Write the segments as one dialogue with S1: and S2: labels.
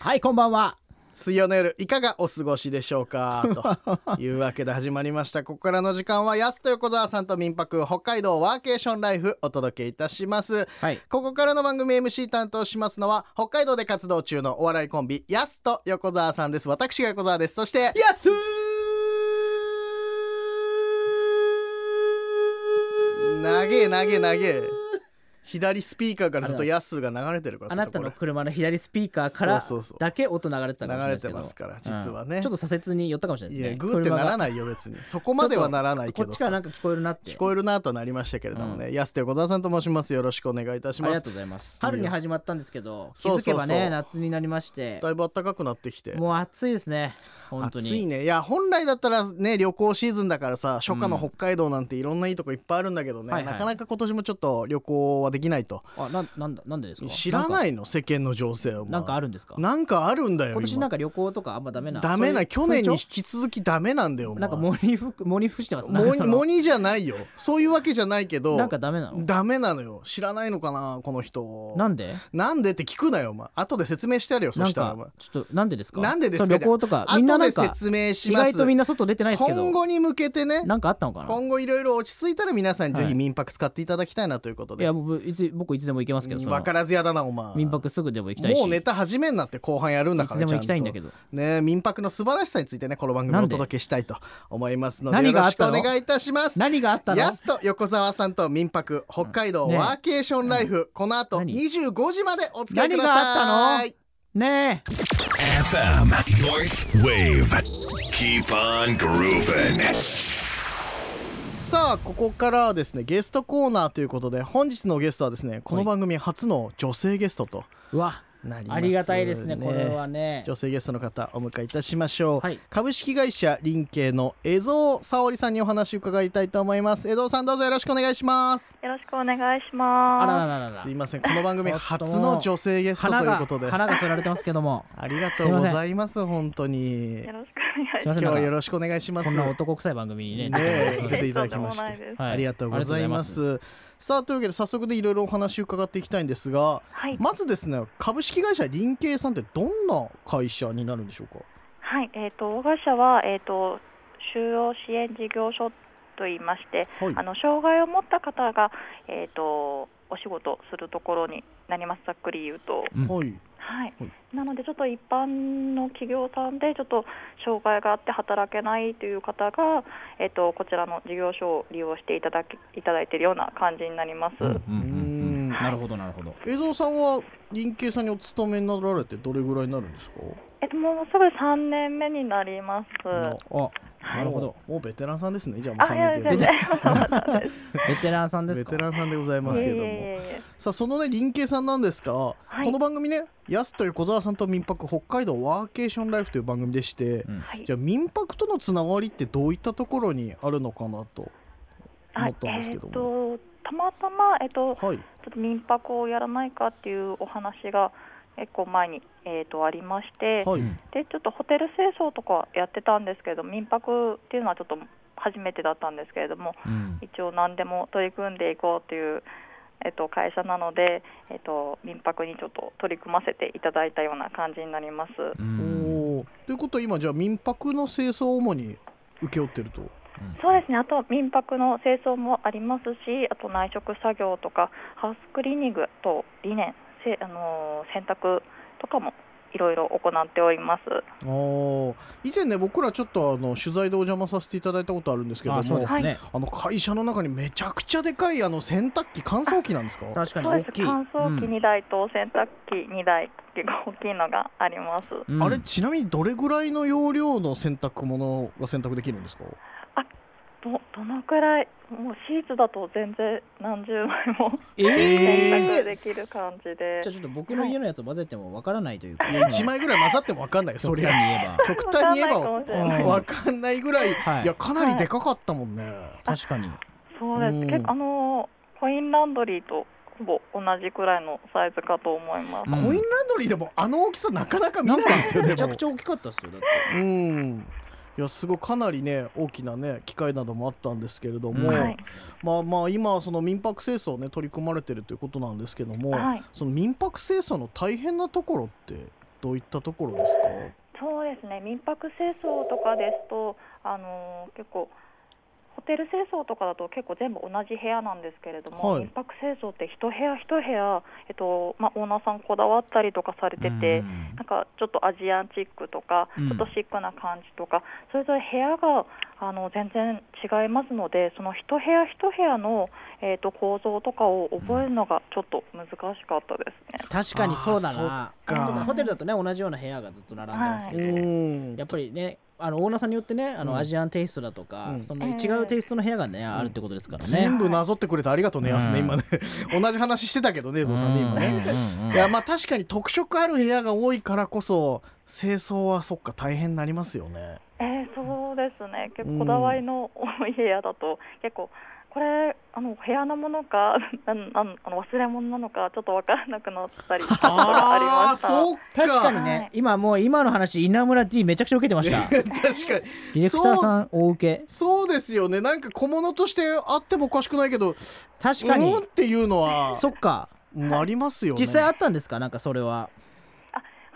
S1: はいこんばんは
S2: 水曜の夜いかがお過ごしでしょうかというわけで始まりましたここからの時間はやすと横澤さんと民泊北海道ワーケーションライフお届けいたします
S1: はい
S2: ここからの番組 MC 担当しますのは北海道で活動中のお笑いコンビやすと横澤さんです私が横澤ですそして
S1: やす
S2: 長え長え長え左スピーカーからずっとやすが流れてるから
S1: あなたの
S2: ずっとこ
S1: 車の左スピーカーから
S2: そうそうそう
S1: だけ音流れてたかもしれないですけど
S2: 流れてますから実はね
S1: うんちょっと左折に寄ったかもしれ
S2: れ
S1: ないで
S2: い
S1: す
S2: や
S1: ね
S2: グーってなら
S1: い
S2: ないよ別にそこまではならないけ
S1: こ
S2: ど
S1: っちから
S2: さ
S1: なんか聞こえるなって
S2: 聞こえるなとはなりましたけれどもね、やすと横澤さんと申しますよろしくお願いいたし
S1: あり
S2: ま
S1: が
S2: す
S1: とうございます春に始まったんですけど気
S2: そうそう
S1: づ
S2: そ
S1: け
S2: う
S1: ばね夏になりまして
S2: だいぶ暖かくなってきて
S1: もう暑いですね本当に
S2: 暑いねいや本来だったらね旅行シーズンだからさ初夏の北海道なんていろんないいとこいっぱいあるんだけどね、
S1: はいはい
S2: なかなか今年もちょっと旅行はできないと
S1: あなんなんだなんでですか
S2: 知ら
S1: い
S2: ないの世間の情勢は
S1: なんかあ
S2: る
S1: るんですか
S2: なんかあるんだよ
S1: 今年なん
S2: 今
S1: か旅行とかあんまダメな
S2: ダメな
S1: そう
S2: 去
S1: いう
S2: 年に
S1: 風
S2: 引
S1: 潮
S2: き続きダメなんだよお前
S1: なんかモニフモニフしてますなん
S2: モ
S1: か
S2: ニ
S1: その
S2: モニじゃないよそういうわけじゃないけど
S1: なんかダメなの
S2: ダメなのよ知らないのかなこの人
S1: なんで
S2: なんでって聞くなよお前後で説明してやるよそ
S1: なん
S2: したらお前
S1: かちょっとなんでですか
S2: なんでですか
S1: その旅行とかみんな
S2: 後
S1: な
S2: で
S1: んか
S2: 説明し
S1: 意
S2: ます
S1: 外とみんな外出てないですけ
S2: 今
S1: ど
S2: 後に向けてね
S1: なんかあったのかな
S2: 今後いろいろ落ち着いたら皆さんにぜ
S1: は
S2: ひ
S1: い
S2: 民泊使っていただきたいなということ
S1: い
S2: で、
S1: や僕いつ僕いつでも行けますけどその
S2: 分からずやだなお前
S1: 民泊すぐでも行きたいし
S2: もうネタ始めんなって後半やるんだ
S1: い
S2: か
S1: つ
S2: ら
S1: でも
S2: ちゃ
S1: 行
S2: んと
S1: きたいんだけど
S2: ね民泊の素晴らしさについてねこの番組
S1: な
S2: を
S1: ん
S2: お
S1: で
S2: 届けしたいと思いますので
S1: 何があった
S2: よ
S1: の
S2: ろしくお願いいたします
S1: 何があったの
S2: やすと横澤さんと民泊北海道
S1: うんねえ
S2: ワーケーションライフ、この後
S1: 何
S2: 25時までお付き合いくださ
S1: 何
S2: い
S1: があったのねえ
S3: FM North Wave. Keep on grooving.
S2: さあここからはですねゲストコーナーということで本日のゲストはですねこの番組初の女性ゲストと
S1: うわ
S2: なります、
S1: ありがたいですねこれはね
S2: 女性ゲストの方お迎えいたしましょう、
S1: はい
S2: 株式会社林慶の江蔵沙織さんにお話を伺いたいと思います江蔵さんどうぞよろしくお願いします
S4: よろしくお願いします。
S1: あららららら
S2: すいませんこの番組
S1: ちょっと
S2: 初の女性ゲストと
S1: 花
S2: いう
S1: が
S2: ことで
S1: 花が添えられてますけども
S2: ありがとうございます本当に
S4: よろしくお願
S1: すいま
S4: いしま
S1: せん
S2: 今日
S1: なん
S2: は
S1: か
S2: よろしくお願いします
S1: こんな男臭い番組にね
S2: ねえ
S1: 出て
S2: 出て
S1: も
S2: いただきまし
S4: とんでもないで
S2: て
S4: す
S1: はい
S2: ありがとうございます,、
S1: あ
S2: さあというわけで早速でいろいろお話を伺っていきたいんですが
S4: す。はい、
S2: まずですね株式会社林慶さんってどんな会社になるんでしょうか
S4: はい、えっ、と、我が社は、えっ、と、就労支援事業所と言いまして。
S2: はい
S4: あの、障害を持った方が、えっ、と、お仕事するところになります。ざっくり言うと。
S1: うん
S2: はい
S4: はい
S2: は。
S4: なので、ちょっと一般の企業さんで、ちょっと障害があって働けないという方が。えっ、と、こちらの事業所を利用していただき、いただいているような感じになります。
S1: うんうんうんうん
S2: うん
S1: なるほどなるほど
S2: 江蔵さんは林慶さんにお勤めになられてどれぐらいになるんですか、
S4: えっ、と、もうすぐ三年目になります。
S2: な
S1: あなるほど
S2: もうもうベテランさんですねじゃあもう
S4: あ、いや
S2: 3
S4: い
S2: 年と
S4: や
S2: い
S4: いうや、そうなんです。
S1: ベテランさんです
S2: ベ
S1: か
S2: テランさんでございますけれども、
S4: いえいえいえいえ
S2: さあそのね林慶さんなんですが、
S4: い
S2: この番組ねやすと横澤さんと民泊北海道ワーケーションライフという番組でして、
S1: うん
S4: はい
S2: じゃあ民泊とのつながりってどういったところにあるのかなと思ったんですけども、
S4: はいえーっとたまたま、えーっとちょ
S2: はい
S4: っと民泊をやらないかっていうお話が結構前に、えーっとありまして、
S2: はい、
S1: うん
S4: でちょっとホテル清掃とかやってたんですけど民泊っていうのはちょっと初めてだったんですけれども
S1: うん
S4: 一応何でも取り組んでいこうという、えーっと会社なので、えーっと民泊にちょっと取り組ませていただいたような感じになります。
S1: うん
S2: おーということは今じゃあ民泊の清掃を主に請け負ってると
S4: そうですね、あと民泊の清掃もありますし、あと内職作業とか、ハウスクリーニングとリネン、せあのー洗濯とかもいろいろ行っております。
S2: あー以前ね僕らちょっとあの取材でお邪魔させていただいたことあるんですけども
S1: あそうですね
S2: あの会社の中にめちゃくちゃでかいあの洗濯機乾燥機なんですか
S1: 確かに
S4: そう
S1: 大
S4: です
S1: きい
S4: 乾燥機2台と洗濯機2台、結構大きいのがあります。
S1: うん
S2: あれちなみにどれぐらいの容量の洗濯物が洗濯できるんですか
S4: どどのくらい、もうシーツだと全然何十枚 も
S1: え
S4: 洗
S1: え
S4: 濯できる感じで
S1: じゃあ、ちょっと僕の家のやつを混ぜてもわからないというか、
S2: いや1枚ぐらい混ざっても分かんないよそ
S1: 極
S2: り
S1: 端
S2: ゃ
S1: に言えば
S2: 極端に言えば
S4: わかんないかもしれ
S1: な
S2: う
S1: い
S2: ん分かんないぐらい、、
S1: はいい
S2: やかなりでかかったもんね、
S1: 確かに
S4: そうです、
S2: うん
S4: 結構あのーコインランドリーとほぼ同じくらいのサイズかと思います。
S1: うん
S2: コインランドリーでもあの大きさなかなか見
S1: な
S2: なんい
S1: か
S2: ですよ
S1: め
S2: で
S1: ちゃく
S2: も
S1: ちゃ大きかったですよだって
S2: うんいやすごいかなりね大きなね機械などもあったんですけれども、
S1: うん
S4: はい
S2: まあまあ今その民泊清掃をね取り組まれてるということなんですけども、
S4: はい
S2: その民泊清掃の大変なところってどういったところですか
S4: そうですね民泊清掃とかですと、あのー結構ホテル清掃とかだと結構全部同じ部屋なんですけれども、
S2: はい
S4: 民泊清掃って一部屋一部屋、えっとまあ、オーナーさんこだわったりとかされてて、
S1: うん
S4: なんかちょっとアジアンチックとか、
S1: うん
S4: ちょっとシックな感じとかそれぞれ部屋があの全然違いますのでその一部屋一部屋の、えー、と構造とかを覚えるのがちょっと難しかったですね。
S1: 確かにそうだな
S2: あーそっか
S1: ちょっとホテルだとね同じような部屋がずっと並んでますけ
S2: う
S1: ど、
S2: ん
S1: やっぱりねあのオーナーさんによってねあ
S2: うん
S1: のアジアンテイストだとか、
S2: うん
S1: その違うテイストの部屋がね、あるってことですからね
S2: 全部なぞってくれてありがとうね、
S1: うん
S2: やすね、今ね。 同じ話してたけどね、ぞうさんね、今ね。
S1: うんうんうん
S2: いや、まあ確かに特色ある部屋が多いからこそ、清掃はそっか大変になりますよ ね。
S4: えー、そうですね、結
S2: うん
S4: 構こだわりの 多い部屋だと、結構、これ、あの部屋のものか、 なんなんあの忘れ物なのか、ちょっと分からなくなっ たり、ところありま
S2: ー
S4: した。
S2: そうか。
S1: 確かに
S4: は
S1: ね
S4: い
S1: 今もう今の話稲村 D めちゃくちゃ受けてましたデ
S2: 確かに。
S1: ィレクターさん大受け
S2: そうですよね。なんか小物としてあってもおかしくないけど、
S1: 確かに
S2: うんっていうのは、
S1: そっか
S2: もうありますよね。
S1: 実際あったんですかなんかそれは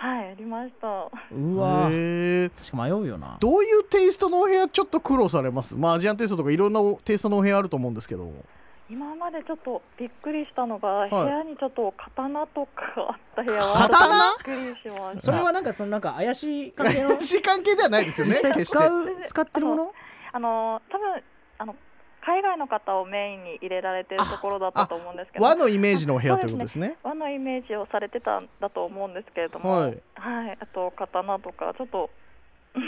S4: はい、ありました。
S1: うわー
S2: へー
S1: 確か迷うよな
S2: どういうテイストのお部屋ちょっと苦労されますまあアジアンテイストとかいろんなテイストのお部屋あると思うんですけど
S4: 今までちょっとびっくりしたのが、
S2: い
S4: 部屋にちょっと刀とかあった部屋は、
S2: 刀
S4: ちょっとびっくりしまし
S1: そ
S4: た。
S1: れはなんかそのなんか怪しい関 係の
S2: 私関係ではないですよ
S1: 実
S2: ね
S1: 際
S2: 決して
S1: 使う使ってるもの
S4: あの多分あの海外の方をメインに入れられてるところだったと思うんですけど、
S2: 和のイメージのお部屋ということ ですね
S4: 和のイメージをされてたんだと思うんですけれども、
S2: は
S4: はいいあと刀とかちょっと
S2: う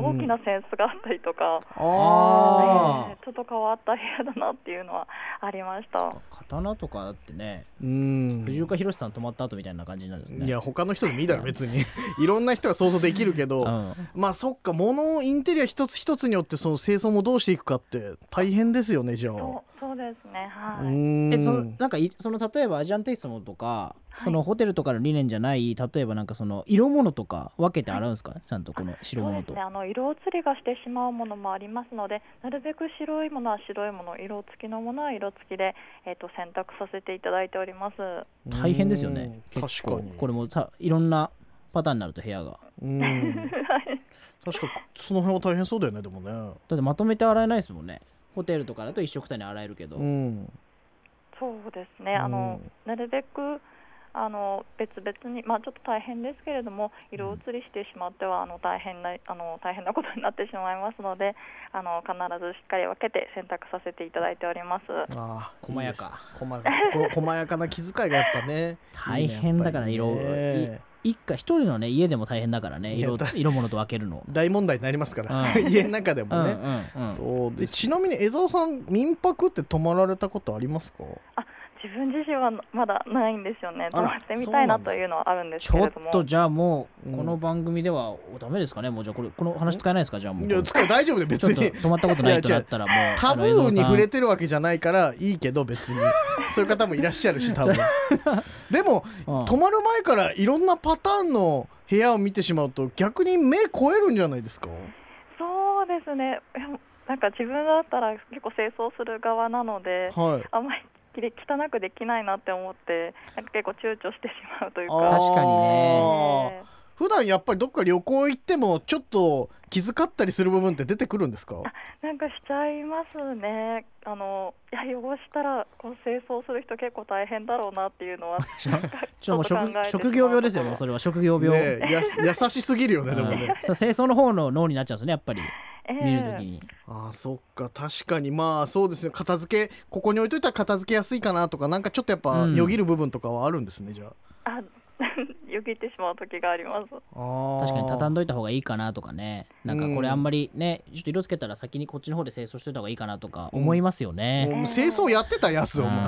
S2: ん
S4: 大きなセンスがあったりとか、
S1: あー
S4: えーちょっと変わった部屋だなっていうのはありました。
S1: 刀とかだってね
S2: うん
S1: 藤岡弘さん泊まった後みたいな感じになるんですね
S2: いや他の人でもいいだろ別にいろんな人が想像できるけ
S1: う
S2: ど
S1: ん
S2: まあそっか物インテリア一つ一つによってその清掃もどうしていくかって大変ですよねじゃ
S4: そう
S2: あ
S4: そうですね、は
S2: う
S4: い
S2: ん
S1: えそのなんかいその例えばアジアンテイストのとか、
S4: はい
S1: そのホテルとかの理念じゃない例えばなんかその色物とか分けて洗うんですか、ちゃんとこの白
S4: そう
S1: 物
S4: で
S1: と、
S4: すね、あの色移りがしてしまうものもありますのでなるべく白いものは白いもの色付きのものは色付きで、えー、と選択させていただいております。
S1: 大変ですよね
S2: うん
S1: 結
S2: 確
S1: 構
S2: かに
S1: これもさいろんなパターンになると部屋が
S2: うん確かその辺は大変そうだよねでもね
S1: だってまとめて洗えないですもんねホテルとかだと一色単に洗えるけど、
S2: うん
S4: そうですね、あの
S2: うん
S4: なるべくあの別々に、まあ、ちょっと大変ですけれども、色移りしてしまってはあの大変なあの大変なことになってしまいますのであの、必ずしっかり分けて選択させていただいております。
S2: ああ
S1: 細やか
S2: いいです細やかこ 細やかな気遣いがやっぱね
S1: 大変だから
S2: いいね
S1: 色
S2: やっぱりね
S1: い一家一人のね家でも大変だからね
S2: いや
S1: 色
S2: だ
S1: 色物と分けるの、
S2: 大問題になりますから、
S1: うん
S2: 家の中でも
S1: うんうん
S2: ね、
S1: うん
S2: そうでちなみに江澤さん民泊って泊まられたことありますか
S4: 自分自身はまだないんですよね、
S2: あら
S4: 泊まってみたいな
S2: そうなんです
S4: というのはあるんです
S1: ち
S4: け
S1: ょ
S4: れ
S1: っ
S4: ども。
S1: とじゃあもう
S2: うん
S1: この番組ではおダメですかねもうじゃあこれこの話使えないですかじゃあもう
S2: いや使う大丈夫で別
S1: ちょっと
S2: に
S1: 止まったことないとなったらもう
S2: タブーに触れ
S1: て
S2: てるわけじゃないからいいけど別にそういう方もいらっしゃ るし多分でも泊まる前からいろんなパターンの部屋を見てしまうと逆に目超えるんじゃないですか
S4: そうですね、いやなんか自分だったら結構清掃する側なので、
S2: はい
S4: あんまりきれ汚くできないなって思って、なんか結構躊躇してしまうという
S2: あ
S4: か
S2: ー。
S1: 確かに
S4: え
S1: ね
S4: ー
S2: 普段やっぱりどっか旅行行ってもちょっと気遣ったりする部分って出てくるんですか
S4: なんかしちゃいますね。あのいや汚したらこう清掃する人結構大変だろうなっていうのは
S1: ちょちょっと
S4: ちょっと
S1: も
S4: 考
S1: う
S4: えてしまう
S1: 職職業病ですよもうそれは職業病、
S2: ね えやす優しすぎるよ
S1: う
S2: ねでもね
S1: んそう清掃の方の脳になっちゃうんですよねやっぱり
S4: ええ
S1: 見るときに、
S2: あーそっか確かにまあそうですね片付けここに置いといたら片付けやすいかなとかなんかちょっとやっぱ
S1: うん
S2: よぎる部分とかはあるんですね、じゃあ
S4: あ よぎってしまう時があります。
S2: あ
S1: 確かに畳ん
S2: で
S1: どいた方がいいかなとかねなんかこれあんまりねちょっと色つけたら先にこっちの方で清掃しといた方がいいかなとか思いますよね、
S2: もう清掃やってたやつ
S1: う
S2: お
S1: ん
S2: 前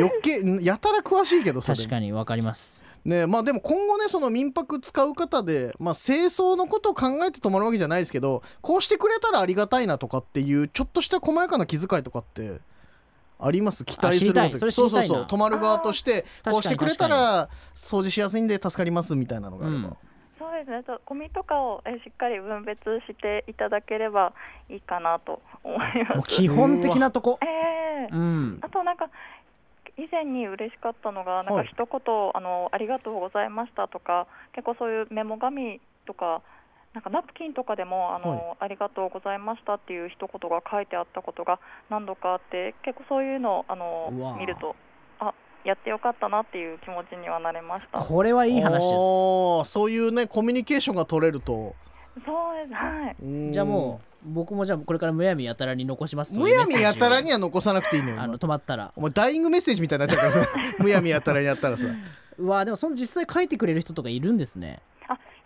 S2: 余計んやたら詳しいけどそれ
S1: 確かに分かります
S2: ねえまあでも今後ねその民泊使う方で、まあ、清掃のことを考えて泊まるわけじゃないですけどこうしてくれたらありがたいなとかっていうちょっとした細やかな気遣いとかってあります期待する
S1: あ知りたいそれ知
S2: そう
S1: り
S2: そ
S1: た
S2: う
S1: いな
S2: そう泊まる側として
S1: あー
S2: こうしてくれたら掃除しやすいんで助かりますみたいなのがあれば、
S1: うん
S4: そうですね。とゴミとかをえしっかり分別していただければいいかなと思いま
S1: もう
S4: す。
S1: 基本的なとこ
S4: ええ
S1: うん
S4: あとなんか以前に嬉しかったのが、なん
S2: は
S4: か
S2: い
S4: 一言、あのありがとうございましたとか、結構そういうメモ紙とか、なんかナプキンとかでもあの、ありがとうございましたっていう一言が書いてあったことが何度かあって、結構そういうのをあ
S1: うわ
S4: の
S1: ー
S4: 見ると、あやってよかったなっていう気持ちにはなれました。そう
S1: これはいい話
S2: あ
S1: で
S2: ーそういうねコミュニケーションが取れると
S4: です、はい、
S1: すじゃあもう僕もじゃあこれからむやみやたらに残します
S2: むやみやたらに
S1: は
S2: は残さなくていいのよ
S1: あの
S2: 今
S1: 止まったら
S2: お前ダイイングメッセージみたいになっちゃうからさ むやみやたらにやったらさ
S1: うわでもその実際書いてくれる人とかいるんです ね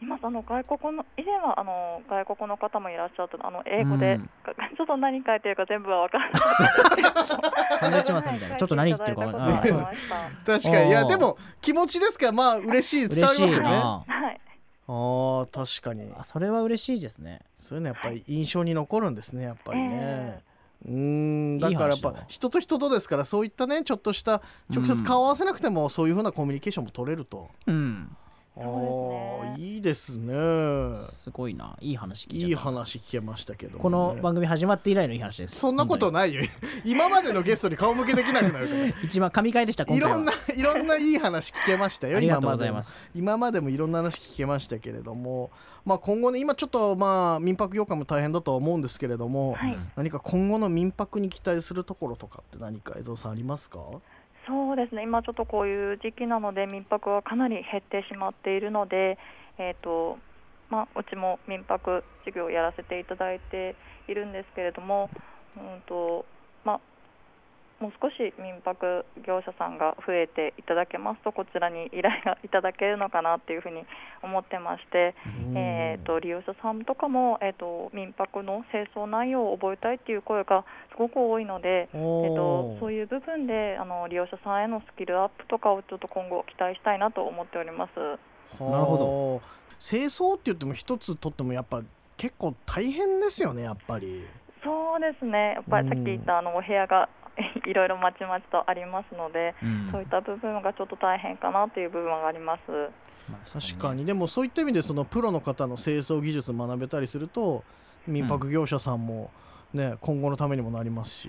S4: 今あの外国の以前はあの外国の方もいらっしゃったあの英語で、
S1: うん
S4: ちょっと何書いてるか全部は分からない
S1: サンドイッチマンさんみたいなちょっと何言ってるか分かん ない
S4: 書ていただいたことがありました
S2: 確かにい
S1: あ
S2: や
S1: ー
S2: でも気持ちですからまあ嬉しい伝わ
S1: 嬉
S2: り
S1: し
S2: ま
S1: い
S2: すよねあ
S1: な
S4: はい、
S2: ー確かに
S1: あそれは嬉しいですね
S2: そういうのやっぱり印象に残るんですねやっぱりね
S4: え。
S2: うーんだからやっ
S1: いい話
S2: ぱ
S1: だわ
S2: 人と人とですからそういったねちょっとした直接顔を合わせなくてもそういうふうなコミュニケーションも取れると、
S1: うん
S2: あ
S4: そうですね
S2: ーいいですね
S1: すごいないい話聞いちゃった
S2: いい話聞けましたけどもね、
S1: この番組始まって以来のいい話です
S2: そんなこと
S1: 本
S2: ないよ 今までのゲストに顔向けできなく なるから
S1: 当に一番神回でした
S2: い
S1: 今回
S2: ろ
S1: は
S2: んないろんないい話聞けましたよ
S1: あり
S2: 今
S1: がとう
S2: ま
S1: ござ
S2: で
S1: い
S2: も
S1: ます
S2: 今までもいろんな話聞けましたけれども、まあ、今後ね今ちょっとまあ民泊業界も大変だとは思うんですけれども、
S4: はい
S2: 何か今後の民泊に期待するところとかって何か江蔵さんありますか
S4: そうですね今ちょっとこういう時期なので民泊はかなり減ってしまっているので、えーとまあ、うちも民泊事業をやらせていただいているんですけれども、うんとまあ、もう少し民泊業者さんが増えていただけますとこちらに依頼がいただけるのかなっていうふうに思ってまして、えー、と利用者さんとかも、えー、と民泊の清掃内容を覚えたいっていう声がすごく多いので、
S2: え
S4: えっと、そういう部分であの利用者さんへのスキルアップとかをちょっと今後期待したいなと思っております。
S1: なる
S2: ほど清掃って言っても一つとってもやっぱ結構大変ですよねやっぱり
S4: そうですね。やっぱりさっき言ったあのお部屋が いろいろまちまちとありますので、
S1: うん
S4: そういった部分がちょっと大変かなという部分があります。
S1: まあ
S2: 確かにでもそういった意味でそのプロの方の清掃技術学べたりすると民泊業者さんも、ね今後のためにもなりますし、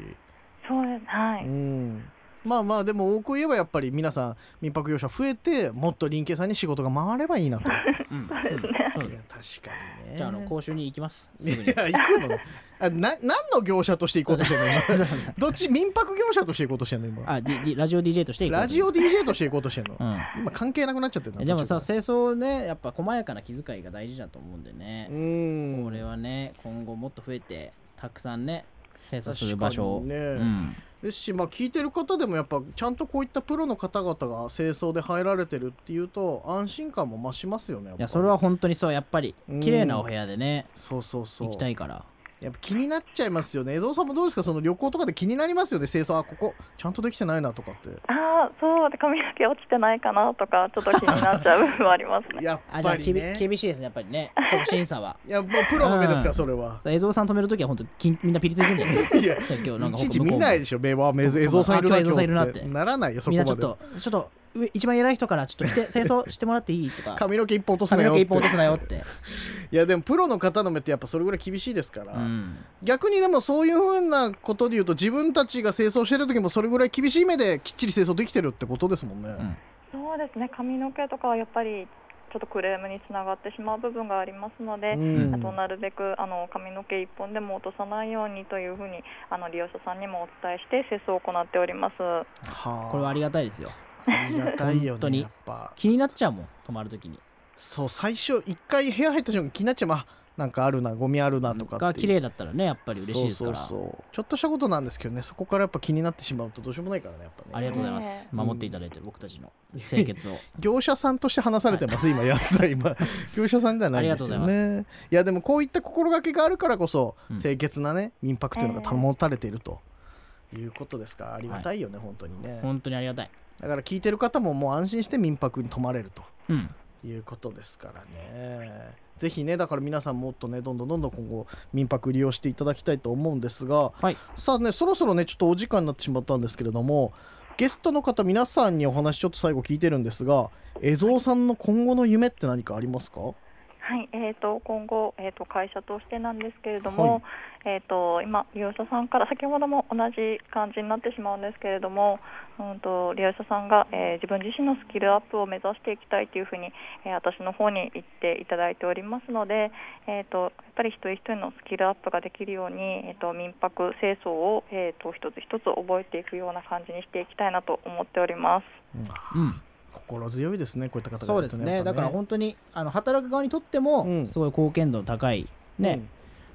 S4: そうです。は
S2: う
S4: い。
S2: ん、まあまあでも多く言えばやっぱり皆さん民泊業者増えてもっと林家さんに仕事が回ればいいな といや
S1: そうねうんうんそうです
S2: 確かにね
S1: じゃああの講習に行き ますす
S2: い
S1: ぐに
S2: や行くのあな何の業者として行こうとしてるの 今どっち民泊業者として行こうとしてるの今
S1: あ、D D、ラジオ DJ として行こう
S2: ラジオ DJ として行こうとしてるの、
S1: うん
S2: 今関係なくなっちゃってるな
S1: でもさ
S2: 途中か
S1: 清掃ねやっぱ細やかな気遣いが大事だと思うんでね
S2: らう、ん
S1: これはね今後もっと増えてたくさんね清掃する
S2: 確
S1: 場
S2: か
S1: 所を、
S2: にね、
S1: うん、
S2: ですし、まあ、聞いてる方でもやっぱちゃんとこういったプロの方々が清掃で入られてるっていうと安心感も増しますよねやっぱ
S1: い
S2: り
S1: やそれは本当にそうやっぱり
S2: うん
S1: 綺麗なお部屋でね
S2: そうそうそう
S1: 行きたいから
S2: やっぱ気になっちゃいますよね江蔵さんもどうですかその旅行とかで気になりますよね清掃あここちゃんとできてないなとかって
S4: ああ、そうで髪の毛落ちてないかなとかちょっと気になっちゃう部分はありますね。
S2: やっ
S1: あじゃ
S2: ぱ
S1: あ
S2: り
S1: きび
S2: ね
S1: 厳しいですねやっぱりねその審査は
S2: いやもうプロの目ですか
S1: う
S2: ら
S1: ん
S2: それは
S1: 映像さん止めるときは本当きみんなピリついてるんじゃないですか
S2: いや
S1: 今日なん
S2: い
S1: か
S2: ちいち見ないでしょ名は江蔵さんいる
S1: あ
S2: な
S1: 今日江蔵さんいるな
S2: 今日
S1: って
S2: ならないよそこ
S1: みん
S2: ま
S1: な
S2: で
S1: ちょっとちょっと上一番偉い人からちょっと来 て清掃してもらっていいとか
S2: 髪の毛一本落とすな
S1: 髪の
S2: よ
S1: 毛
S2: って
S1: 一本落とすなよって、
S2: いやでもプロの方の目ってやっぱそれぐらい厳しいですから、
S1: うん、
S2: 逆にでもそういうふうなことで言うと自分たちが清掃してる時もそれぐらい厳しい目できっちり清掃できてるってことですもんね、
S1: ん
S4: そうですね。髪の毛とかはやっぱりちょっとクレームにつながってしまう部分がありますので、
S2: うん
S4: あとなるべくあの髪の毛一本でも落とさないようにというふうにあの利用者さんにもお伝えして清掃を行っております。
S2: はあ
S1: これはありがたいですよ
S2: ありがたいよ
S1: 本当に
S2: ねやっぱ
S1: 気になっちゃうもん泊まるときに
S2: そう最初一回部屋入った瞬間気になっちゃうあなんかあるなゴミあるなとかっていう
S1: が綺麗だったらねやっぱり嬉しいですから
S2: そうそうそうちょっとしたことなんですけどねそこからやっぱ気になってしまうとどうしようもないからねやっぱね
S1: ありがとうございま
S4: ね
S1: す。
S2: え
S1: 守っていただいてる僕たちの清潔 を。
S2: 業者さんとして話されてま す、今、安さん、今、業者さんではないですよね。いや、でもこういった心がけがあるからこそ、
S1: うん
S2: 清潔なね、民泊というのが保たれていると。いうことですからありがたいよね、本当にね
S1: 本当にありがたい。
S2: だから聞いてる方ももう安心して民泊に泊まれると
S1: うん。
S2: いうことですからねぜひねだから皆さんもっとねどんどんどんどん今後民泊利用していただきたいと思うんですが
S1: はい。
S2: さあねそろそろねちょっとお時間になってしまったんですけれどもゲストの方皆さんにお話ちょっと最後聞いてるんですが江蔵さんの今後の夢って何かありますか
S4: ははい、えー、と今後、えー、と会社としてなんですけれども、えー、と今、利用者さんから先ほども同じ感じになってしまうんですけれども、うん、と利用者さんが、えー自分自身のスキルアップを目指していきたいというふうに、えー私の方に言っていただいておりますので、えー、とやっぱり一人一人のスキルアップができるように、えー、と民泊清掃を、えー、と一つ一つ覚えていくような感じにしていきたいなと思っております。
S1: うん、
S2: 心強いですねこういった方が
S1: そう
S2: い
S1: で
S2: ると
S1: す
S2: ね
S1: ね
S2: やっぱ
S1: だから本当にあの働く側にとっても、
S2: うん
S1: すごい貢献度の高いね、
S2: うん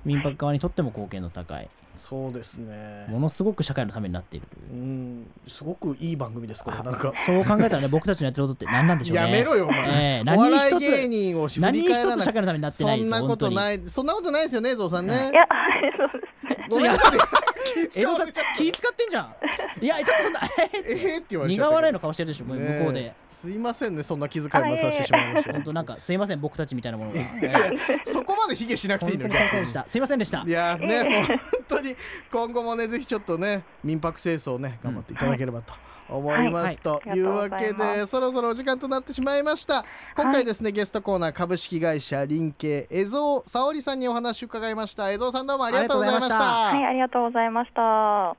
S1: 民泊側にとっても貢献度高い
S2: そうですね
S1: ものすごく社会のためになっているというう、
S2: んすごくいい番組ですこれ
S1: あ
S2: なんか
S1: そう考えたらね僕たちのやってることって何なんでしょうね
S2: やめろよお
S1: え
S2: 前、
S1: え
S2: お
S1: 何
S2: 笑い
S1: 一
S2: 芸
S1: つ
S2: 人を振
S1: 何
S2: り
S1: 一
S2: 返ら
S1: つ
S2: な
S1: 社
S2: く
S1: 会のためになって
S2: そ
S1: ないです
S2: んなこと
S1: い
S2: ないそんなことないですよねゾウさんね
S4: いや、 そうです
S2: ごめんなさい
S1: 江戸さん気使ってんじゃ んいやちょっとそんな
S2: えへって言
S1: 苦
S2: われちゃったけど
S1: 笑いの顔してるでしょ、もう
S2: ねえ
S1: 向こうで
S2: すいませんねそんな気遣いもさせてしまいました
S1: 本当なんかすいません僕たちみたいなもの が、ええ
S2: そこまで卑下しなく
S1: 本
S2: てい
S1: 当
S2: いの
S1: にすいませんで
S2: に
S1: したすいませんでした
S2: いやーね、本当に今後もね、ぜひちょっとね、民泊清掃をね、頑張っていただければと思います。
S1: は
S2: と
S4: はい
S2: いうわ
S4: あ
S2: け
S4: りがとうござい
S2: で、そろそろお時間となってしまいました。今回ですね、ゲストコーナー株式会社林慶江蔵沙織さんにお話を伺いました。江蔵さんどうもありがとうございまし
S4: は
S2: た
S4: い、。ありがとうございました。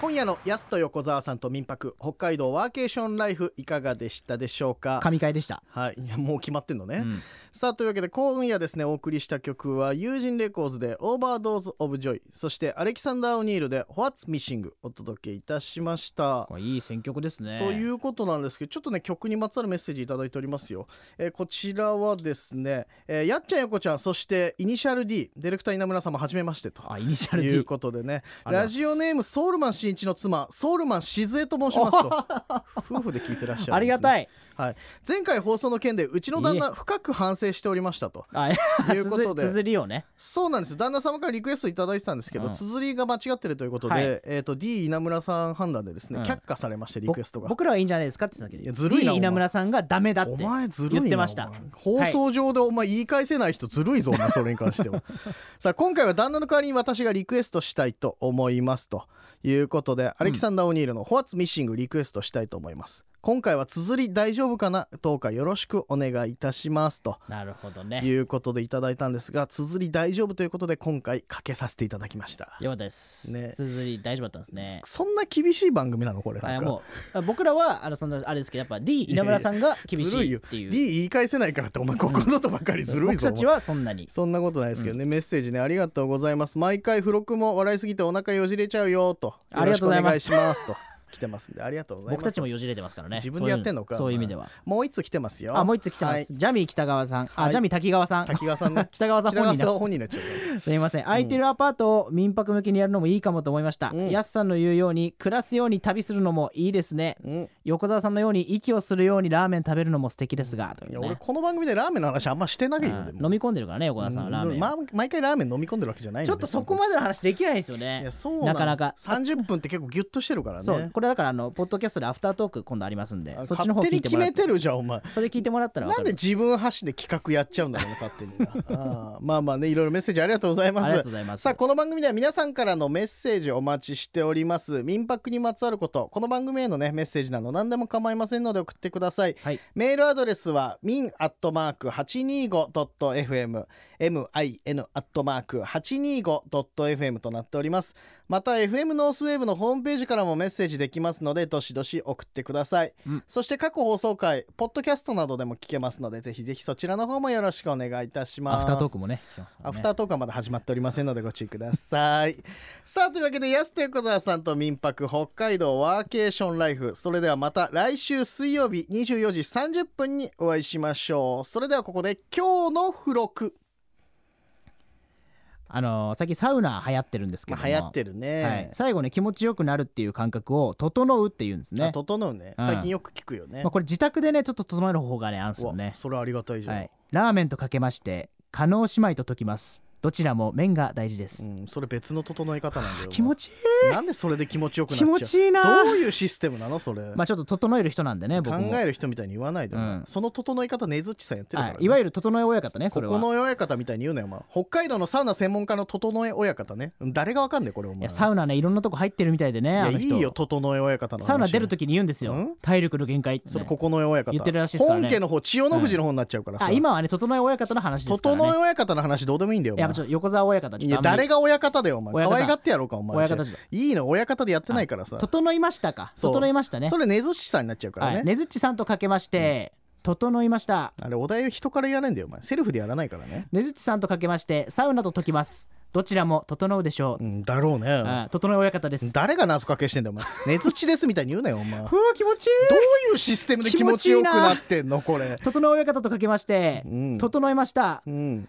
S2: 今夜の安と横澤さんと民泊北海道ワーケーションライフいかがでしたでしょうか。
S1: 神回でした、
S2: はい、いやもう決まってんのね。
S1: うん
S2: さあというわけで今夜ですねお送りした曲は友人レコーズで「オーバードーズ・オブ・ジョイ」そしてアレキサンダー・オニールで「What's Missing」お届けいたしました。
S1: これいい選曲ですね
S2: ということなんですけどちょっとね曲にまつわるメッセージいただいておりますよ、えーこちらはですね、えーやっちゃんやこちゃんそしてイニシャル D ディレクター稲村様はじめましてと
S1: あイニシャル D
S2: いうことで
S1: あり
S2: ね
S1: がとうございます
S2: ラジオネームソウルマン新一の妻ソウルマンしずえと申しま すと夫婦で聞いてらっしゃるんです、ね、
S1: ありがた
S2: い、
S1: い
S2: はい、前回放送の件でうちの旦那深く反省しておりましたと
S1: あ
S2: ということで
S1: つづつづりをね
S2: そうなんですよ旦那様からリクエストいただいてたんですけど、
S1: うん
S2: 綴りが間違ってるということで、
S1: はい
S2: えー、と D 稲村さん判断でですね、
S1: うん
S2: 却下されましてリクエスト
S1: ぼ
S2: が
S1: 僕らはいいんじゃないですかって言ってたけ
S2: いや
S1: ど
S2: ずるいな
S1: D 稲村さんがダメだって
S2: お前ずるいな
S1: 言ってました
S2: お前
S1: はい
S2: 放送上でお前言い返せない人ずるいぞ、お前それに関して はさあ今回は旦那の代わりに私がリクエストしたいと思いますということで、アレキサンダー・オニールの「What's Missing」リクエストしたいと思います今回は綴り大丈夫かなどうかよろしくお願いいたしますと
S1: なるほどね
S2: いうことでいただいたんですが綴り大丈夫ということで今回かけさせていただきました
S1: よかったです、
S2: ね
S1: つづり大丈夫だったんですね
S2: そんな厳しい番組なのこれ
S1: あい
S2: な
S1: や
S2: んか
S1: もうあ僕らはあのそんなあれですけどやっぱ D 稲村さんが厳し
S2: ずるい
S1: いっ
S2: よ
S1: て
S2: D
S1: いう
S2: 言い返せないからってお前ここぞとばかりずるい
S1: 僕
S2: ぞ、
S1: たちはそんなに
S2: そんなことないですけどね、メッセージねありがとうございます毎回付録も笑いすぎてお腹よじれちゃうよとよ
S1: あ
S2: ろ
S1: り
S2: し
S1: がと
S2: くお
S1: うございま
S2: 願い
S1: す
S2: しますと来てますんでありがとうございます
S1: 僕たちもよじれてますからね
S2: 自分でやってんのか
S1: そういうそういう意味では
S2: もう一つ来てますよ
S1: あもう一つ来てます、
S2: はい
S1: ジャミー北川さん、
S2: は
S1: あ
S2: い
S1: ジャミー滝川さん
S2: 滝川さんね
S1: 北川さん
S2: 北
S1: 本
S2: 川
S1: 人
S2: さ
S1: だ
S2: ん本人になっちゃうから
S1: すみません空いてるアパートを民泊向けにやるのもいいかもと思いました、
S2: うん
S1: やすさんの言うように暮らすように旅するのもいいですね
S2: うん
S1: 横澤さんのように息をするようにラーメン食べるのも素敵ですが、と
S2: いうや
S1: ね
S2: 俺この番組でラーメンの話あんましてないよ
S1: う
S2: で
S1: ん
S2: も
S1: 飲み込んでるからね横澤さんはラーメンを、
S2: ま毎回ラーメン飲み込んでるわけじゃないの
S1: ちょっとそこ
S2: 別
S1: ま
S2: に
S1: での話できないですよ
S2: い
S1: ね
S2: やそうな
S1: なかなか
S2: 三十分って結構ギュッとしてるからね。
S1: そうこれだからあのポッドキャストでアフタートーク今度ありますんで
S2: あ
S1: そっちの方
S2: 勝手
S1: 聞
S2: に
S1: いて
S2: 決
S1: もらっ
S2: め
S1: て
S2: てるじゃんお前。
S1: それ聞いてもらったらわ
S2: な
S1: か
S2: ん
S1: る
S2: で自分発で企画やっちゃうんだろうな勝手になあーまあまあねいろいろメッセージありがとうございます
S1: ありがとうございます
S2: さあこの番組では皆さんからのメッセージお待ちしております民泊にまつわることこの番組へのねメッセージなど何でも構いませんので送ってください
S1: はい
S2: メールアドレスは min アットマーク 825.fm min アットマーク 825.fm となっておりますまた FM ノースウェーブのホームページからもメッセージできますのでどしどし送ってください、
S1: うん
S2: そして過去放送回ポッドキャストなどでも聞けますのでぜひぜひそちらの方もよろしくお願いいたし
S1: ア
S2: ます
S1: フタートークもね聞きますからね
S2: アフタートークはまだ始まっておりませんのでご注意ください。さあというわけで安手横澤さんと民泊北海道ワーケーションライフそれではまた来週水曜日24時30分にお会いしましょう。それではここで今日の付録、
S1: あのー最近サウナ流行ってるんですけど
S2: ま
S1: も
S2: あ、流行ってるね。
S1: はい、最後ね気持ちよくなるっていう感覚を整うっていうんです
S2: あ
S1: ね、
S2: 整うね。
S1: うん
S2: 最近よく聞くよね。
S1: まあ、これ自宅でねちょっと整える方法がねあるんですよ
S2: うわ
S1: ね、
S2: それありがたいじゃん。
S1: はい、ラーメンとかけまして加納姉妹と解きます
S5: どちらも面が大事です、
S2: うん、それ別の整え方なんだよ
S5: 気持
S2: ち
S5: ちいい
S2: なんでそれで気持ちよくなっち
S5: 気
S2: ゃう
S5: 持ちいいな
S2: どういうシステムなのそれ、
S1: まあちょっと整える人なんでね僕
S2: 考
S1: も
S2: える人みたいに言わないで、お前
S1: うん
S2: その整え方根づっちさんやってるから、
S1: は
S2: ね
S1: い、いわゆる整え親方ねそれは
S2: ここの親方みたいに言うなよ、お前北海道のサウナ専門家の整え親方ね誰がわかんねえこれお
S1: い
S2: 前
S1: やサウナねいろんなとこ入ってるみたいでね
S2: いや
S1: あの
S2: い
S1: 人
S2: いよ整え親方の話
S1: サウナ出るときに言うんです
S2: う
S1: よ
S2: ん
S1: 体力の限界ってね
S2: それここの親方
S1: 言ってるらしいっすからね
S2: 本家の方千代の富士の方になっちゃうからさ、
S1: あ今はね整え親方の話ですからね
S2: 整え親方の話どうでもいいんだよお
S1: いや
S2: 前
S1: ちょっと横澤親方ちょ
S2: い
S1: っとあ
S2: や
S1: んまり
S2: 誰が親方だよお前
S1: 親方
S2: 可愛がってやろうかお前
S1: 親方じゃ
S2: いいの親方でやってないからさ
S1: 整いましたか
S2: そう
S1: 整いましたね
S2: それ根津師さんになっちゃうからね、
S1: はいねずっちさんとかけまして整いました
S2: あれお題を人から言わないんだよお前セルフでやらないからね
S1: ねずっちさんとかけましてサウナと解きますどちらも整うでしょ
S2: う
S1: うん
S2: だろうね、
S1: あ整え親方です
S2: 誰が謎かけしてんだよお前根津師ですみたいに言うなよお前ど
S1: ふう気持ちいいう
S2: いうシステムで気持ちよくなってんのこれ
S1: 整え親方とかけまして
S2: うん
S1: 整えました
S2: うん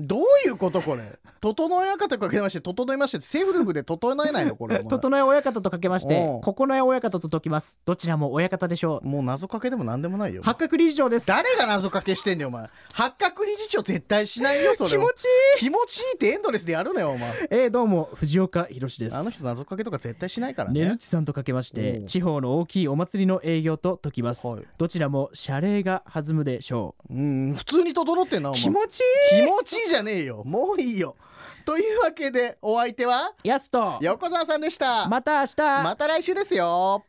S2: どういうことこれ整え方かけまして整えましてってセルフで 整えないのこれお前
S1: 整え親方とかけまして
S2: おう
S1: 九重親方と解きますどちらも親方でしょう
S2: もう謎かけでも何でもないよ
S1: 八角理事長です
S2: 誰が謎かけしてんだよお前八角理事長絶対しないよそれ
S1: 気持ちいい
S2: 気持ちいいってエンドレスでやるなよお前
S1: えー、どうも藤岡弘です
S2: あの人謎かけとか絶対しないからね
S1: ねずちさんとかけまして
S2: おう
S1: 地方の大きいお祭りの営業と解きます、
S2: はい
S1: どちらも謝礼が弾むでしょう
S2: うん普通に整ってんなお前
S1: 気持ちい
S2: 気持ちいいじゃねえよもういいよというわけでお相手はい
S1: やすと
S2: 横澤さんでした
S1: また明日
S2: また来週ですよ